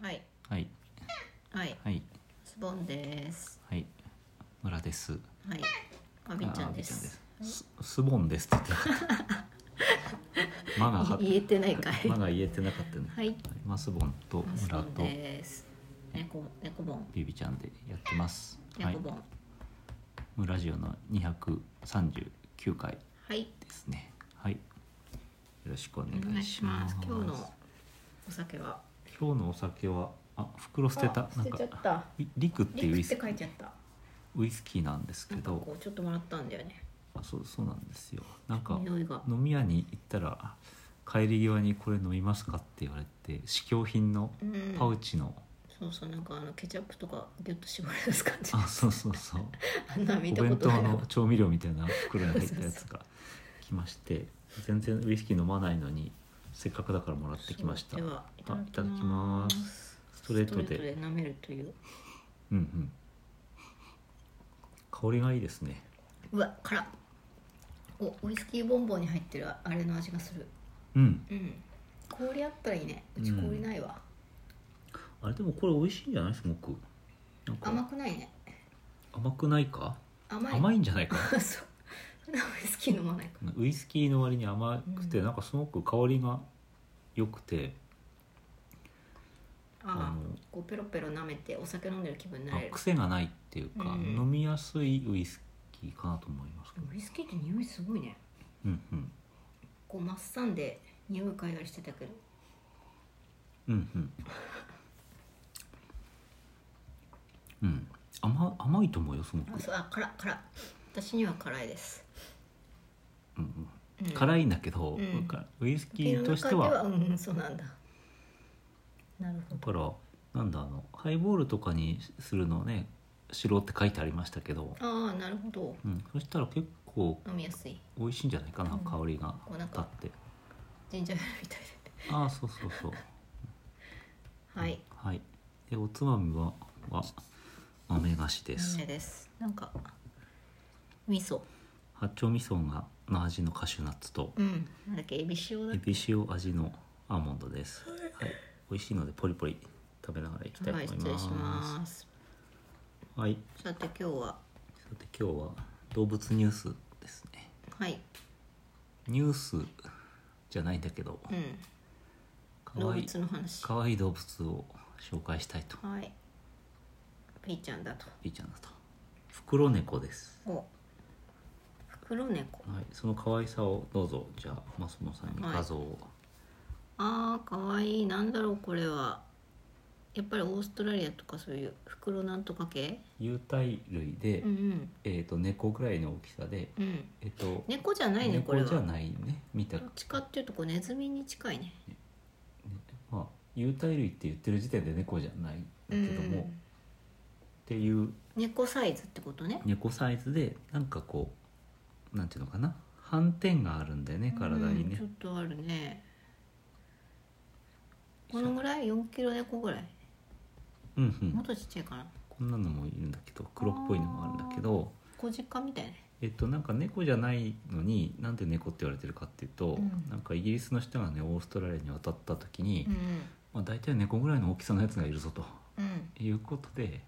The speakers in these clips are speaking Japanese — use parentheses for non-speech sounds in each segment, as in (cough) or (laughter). はいはいはいはいズボンですはい村ですはいあびちゃんであすあびちゃんですすスボンですって言ってな (laughs) かった間がは言えてないかい間が言えてなかったね、はいマスボンとズボ村ンとです猫猫ボンビビちゃんでやってますはい猫ボンはい、村ジオの239回ですねはいよろしくおお願願いいししまますす今日のお酒は今日のお酒はあ袋捨てたあな捨んてかちゃったリリクっていうウリイクってス書いちゃったウイスキーなんですけなんかどこうちょっともらったんだよねあそうそうなんですよなんか匂いが飲み屋に行ったら帰り際にこれ飲みますかって言われて試供品のうんパウチ (laughs) の、そうそうなんかあのケチャップとかギュッと絞り出す感じあそうそうそうあんな見おたこ弁と当ないの調味料みたいな袋に入ったやつが来まして全然ウイスキー飲まないのにせっかくだからもらってきましたそううではいたあだいきただきまますストレートで舐めるというんうん香りがいいですねうわ辛っおウイスキーボンボンに入ってるあれの味がするうんうん氷あったらいいねうちうん氷ないわ、あれでもこれ美味しいんじゃないすごくなん甘かくないね甘くないか甘い甘いんじゃないか (laughs) そう普段ウイスキー飲まないからウイスキーの割に甘くて、うんなんかすごく香りが良くてあああのこうペロペロ舐めてお酒飲んでる気分になあれる癖がないっていうか、うん飲みやすいウイスキーかなと思いますけどウイスキーって匂いすごいねうんうんこうマッサンで匂い嗅いだりしてたけどうんうんうん甘甘いと思うよすごくあ、そうあ辛っ辛っ私には辛いです、うんうん、うん、辛いんだけど、うんかウイスキビーールとのして中でははうんそうなんだなるほどだからなんだあのハイボールとかにするのね白って書いてありましたけど、ああなるほどうん、そしたら結構飲みやすい美味しいんじゃないかな、うん香りがこうなん立っかてジンジャーエールみたいでああそうそうそうはいはいでおつまみはは豆菓子です、ですですなんか味噌八丁味噌がの味のカシューナッツとうんなんだっけエビ塩だエっビ塩味のアーモンドです、はい、美味しいのでポリポリ食べながらいきけたはいいと失思い礼ましす,、ますはいさて今日はさて今日は動物ニュースですねはいニュースじゃないんだけどうんか動わいい物の話かわいい動物を紹介したいとはいピーちゃんだとピーちゃんだと袋猫ですお黒猫はい、その可愛さをどうぞじゃあマスモさんに画像を、あーかわいいなんだろうこれはやっぱりオーストラリアとかそういう袋なんとか系有袋類で、うんえー、と猫ぐらいの大きさで、うんうんえっと猫じゃないねこれ猫じゃはないね見たどっちかっていうとこうネズミに近いねまあ有袋類って言ってる時点で猫じゃないんだけどうも、っんていう猫サイズってことね猫サイズでなんかこうなんていうのかな斑点があるんだよね体にうんねちょっ、とあるねこのぐらい4キロ猫ぐらいうんうもっん、とちっちゃいかなこんなのもいるんだけど黒っぽいのもあるんだけど小鹿みたいねえっとなんか猫じゃないのになんで猫って言われてるかっていうと、うんなんかイギリスの人がねオーストラリアに渡った時に、うんまあ、大体猫ぐらいの大きさのやつがいるぞとうん、いうことで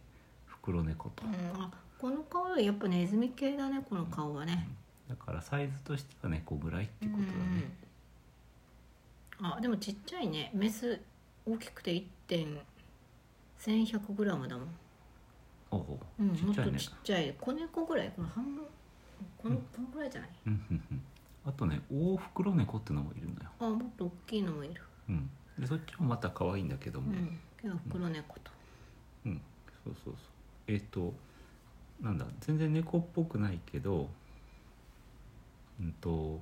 袋猫と、うん、あこの顔はやっぱネズミ系だねこの顔はねだからサイズとしては猫ぐらいっていうことだね、うんあでもちっちゃいねメス大きくて1 1 1 0 0ムだもん、おううん、ちっちゃいもっとねちっちゃい子猫ぐらいこの半分このうんこのぐらいじゃないうんうんうんあとね大袋猫ってのもいるのよ、あもっと大きいのもいるうん、でそっちもまた可愛いんだけどうも、うんん今日は黒猫とそうそうそうえっ、となんだ全然猫っぽくないけどうんと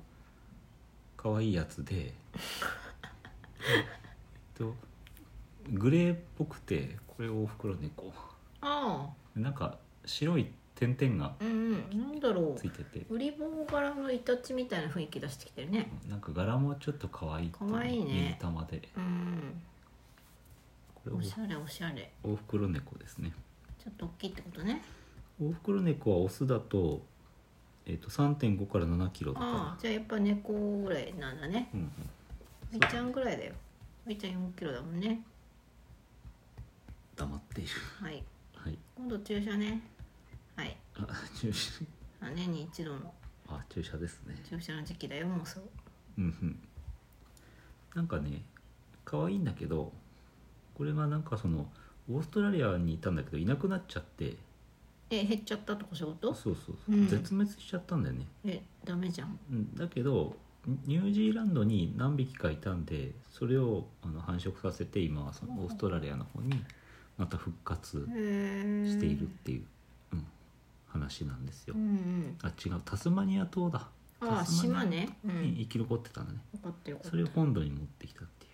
可愛い (laughs) やつでえっとグレーっぽくてこれ大袋猫あなんか白い点々があうんうんなんだろついててうウリボウ柄のイタチみたいな雰囲気出してきてるねなんか柄もちょっと可愛いってう可愛いね水玉でうんこれおしゃれおしゃれ大袋猫ですねちょっと大きいってことね大袋猫はオスだと,、えっと3.5から7キロとかあなあじゃあやっぱ猫ぐらいなんだねうんうんみーちゃんぐらいだよみーちゃん4キロだもんね黙っているはいはい今度注射ねはいあ注射あ年に一度のあ注射ですね注射の時期だよもうそううんうんなんかね可愛いんだけどこれがなんかそのオーストラリアにいたんだけどいなくなっちゃってえ減っちゃったとかそういうことそうそうそう、うん絶滅しちゃったんだよねえダメじゃんうんだけどニュージーランドに何匹かいたんでそれをあの繁殖させて今はそのオーストラリアの方にまた復活へえしているっていう、うん、話なんですようんうんあ違うタスマニア島だああタスマ島ニねうアんに生き残ってたんだね、よかったよかったそれを本土に持ってきたっていう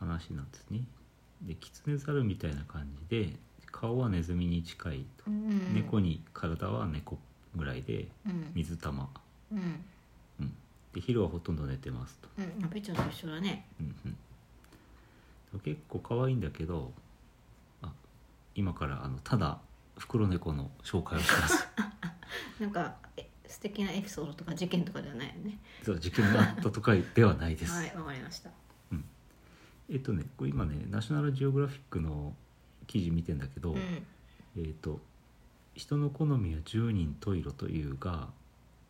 話なんですねでキツネザルみたいな感じで顔はネズミに近いうと、んうん猫に体は猫ぐらいでうん水玉、うんうん、で昼はほとんど寝てますと、うんあべちゃんと一緒だねうんうん、結構可愛いんだけどあ今からあのただ袋猫の紹介をします (laughs) なんかえ素敵なエピソードとか事件とかではないよねそう事件があったとかではないです、はいわかりましたえっとねこれ今ねナショナルジオグラフィックの記事見てんだけど、うんえー、と「人の好みは10人十色というが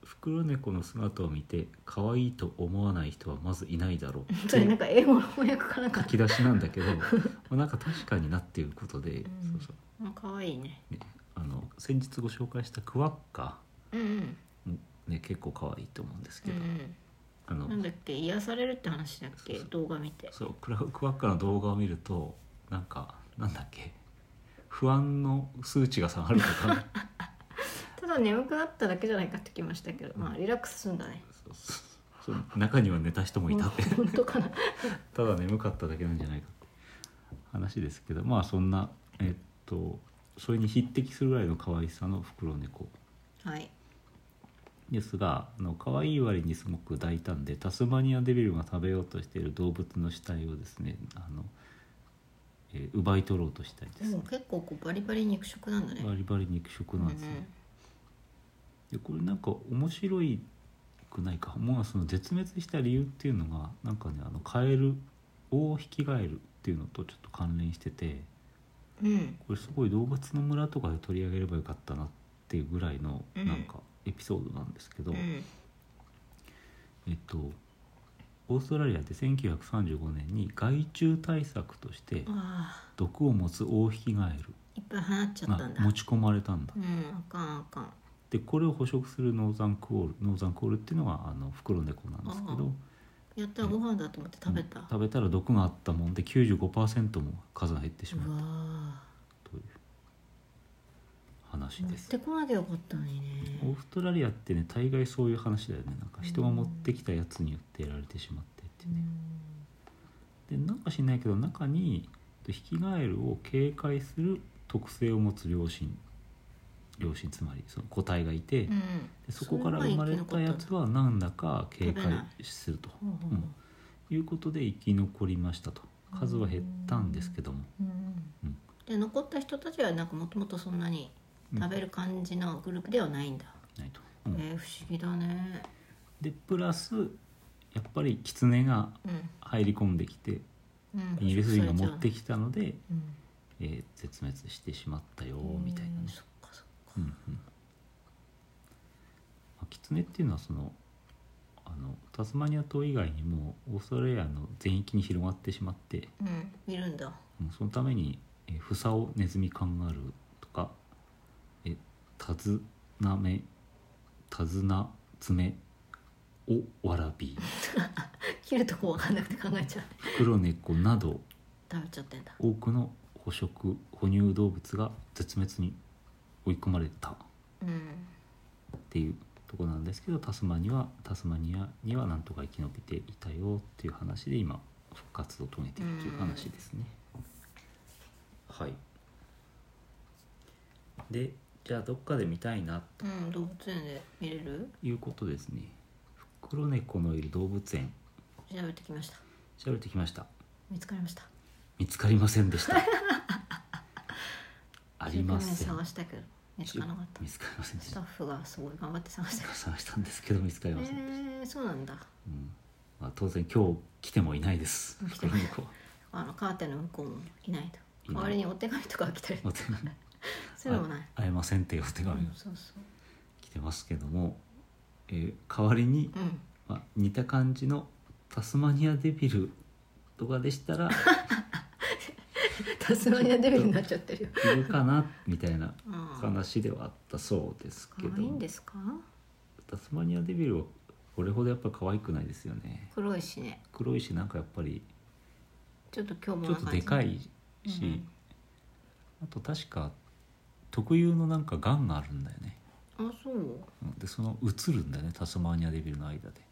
袋猫の姿を見て可愛いと思わない人はまずいないだろう」それなんか英語の翻訳かなん書かき出しなんだけど (laughs) まあなんか確かになっていうことで、うんそうそうあ可愛いねあの先日ご紹介したクワッカうんうんもね結構可愛いと思うんですうけんど、あうのんなんだっけ癒されるって話だっけそうそう動画見てそうクラクワッカの動画を見るとなんかなんだっけ不安の数値が下がると (laughs) かただ眠くなっただけじゃないかってきましたけどまあリラックスするんだねそうそうそう中には寝た人もいたって本当かなただ眠かっただけなんじゃないかって話ですけどまあそんなえっとそれに匹敵するぐらいの可愛さの袋猫はいですがあの可愛い割にすごく大胆でタスマニアデビルが食べようとしている動物の死体をですねあの、えー奪い取ろうとしたりでですもね結構こうバリバリ肉食なんだねバリバリ肉食なんですよ、うんでこれなんか面白いくないかもうその絶滅した理由っていうのがなんかねあのカエルオオヒキガエルっていうのとちょっと関連してて。うんこれすごい動物の村とかで取り上げればよかったなっていうぐらいのうんなんかエピソードなんですけど、うんえっとオーストラリアで1935年に害虫対策としてあ毒を持つオオヒキガエルーいっぱい放っちゃっがたんだ持ち込まれたんだう。んあかんあかんでこれを捕食するノーザンクオールノーザンクオールっていうのがあの袋猫なんですけあどやったらご飯だと思って食べたうん食べたら毒があったもんで95%も数が減ってしうまうわという話ー持でっす。てこなきゃよかったのにオねーストラリアってね大概そういう話だよねなんか人が持ってきたやつによってやられてしまってっていうね、でなんか知んないけど中にえっとヒキガエルを警戒する特性を持つ両親両親つまりその個体がいて、うんでうんそこから生まれたやつは何らか警戒するとほうほうほういうことで生き残りましたと数は減ったんですけども、うんで残った人たちはなんかもともとそんなに食べる感じのグループではないんだ、ないと、うんえー不思議だねでプラスやっぱりキツネがう入り込んできてん、うん、イギリス人が持ってきたので、うんえー絶滅してしまったよみたいなうんね、そっかそっかうんうんまあ、キツネっていうのはそのあのタスマニア島以外にもオーストラリアの全域に広がってしまって、うんいるんだうんそのために、えーフサオネズミカンガルーとか、えータズナメタズナツメオワラビー切るとこわかんなくて考えちゃう黒猫など食べちゃってんだ多くの捕食哺乳動物が絶滅に追い込まれたっうんていうところなんですけどタスマニアタスマニアにはなんとか生き延びていたよっていう話で今復活を遂げているという話ですね。はいでじゃあどっかで見たいなうん動物園で見れるということですね。黒猫のいる動物園調べてきました調べてきました見つかりました見つかりませんでした (laughs) ありませ一生懸ん命探したけど見つからなかった見つかりませんでしスたタッフがすごい頑張って探したけ探したんですけど見つかりどまえせん、ー、そうなんだうんまあ、当然今日来てもいないです来て黒ない猫はあのカーテンの向こうもいないと代わりにお手紙とかが来たりお手紙そういうのもない、会えませんっていうお手う紙がん、そうそう来てますけども、えー代わりに、うんまあ、似た感じのタスマニアデビルとかでしたらタスマニアデビルになっちゃってるよいるかなみたいなああ話ではあったそうですけ可ど愛いんですかタスマニアデビルはこれほどやっぱ可愛くないですよね黒いしね黒いしなんかやっぱりちょっと今日もちょっとでかいいし、うんあと確か特有のなんかがんがあるんだよねあそううんでその移るんだよねタスマニアデビルの間で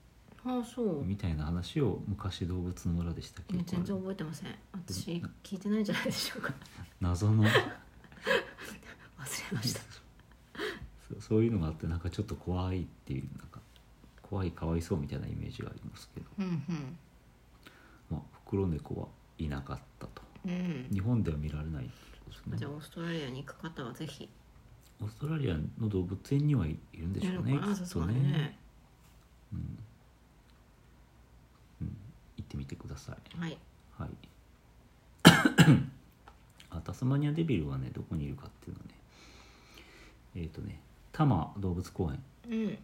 あそうみたいな話を昔動物の村でしたっけいや全然覚えてません私聞いてないんじゃないでしょうか謎の (laughs) 忘れましたそうそういうのがあってなんかちょっと怖いっていうなんか怖いかわいそうみたいなイメージがありますけど、うんまあ、袋猫はいなかったとうんうん日本では見られないですねじゃあオーストラリアに行く方はぜひオーストラリアの動物園にはいるんでしやるょのうかねなきさっすとがねにねうん、うん、行ってみてくださいはいはい (coughs) あタスマニアデビルはねどこにいるかっていうのはねえっ、とね多摩動物公園うん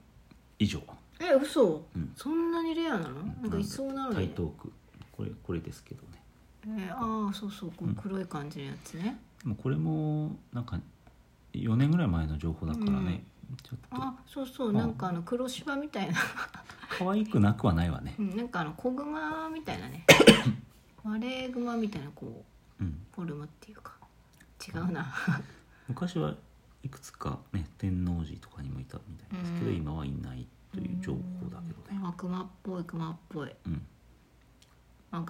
以上、え嘘うんそんなにレアなのなんかいそうなの台に東区これこれですけどねえーああそうそうこうんう黒い感じのやつねでもこれもなんか4年ぐらい前の情報だからね、ちょっとあそうそううんなんかあの黒芝みたいな (laughs) 可愛くなくはないわねう、んなんかあの子グマみたいな (laughs) ねマレーグマみたいなこううん、フォルムっていうか違うな昔はいくつかね天王寺とかにもいたみたいですけど、うん (laughs) 今はいないという情報だけどねあクマっぽいクマっぽいうん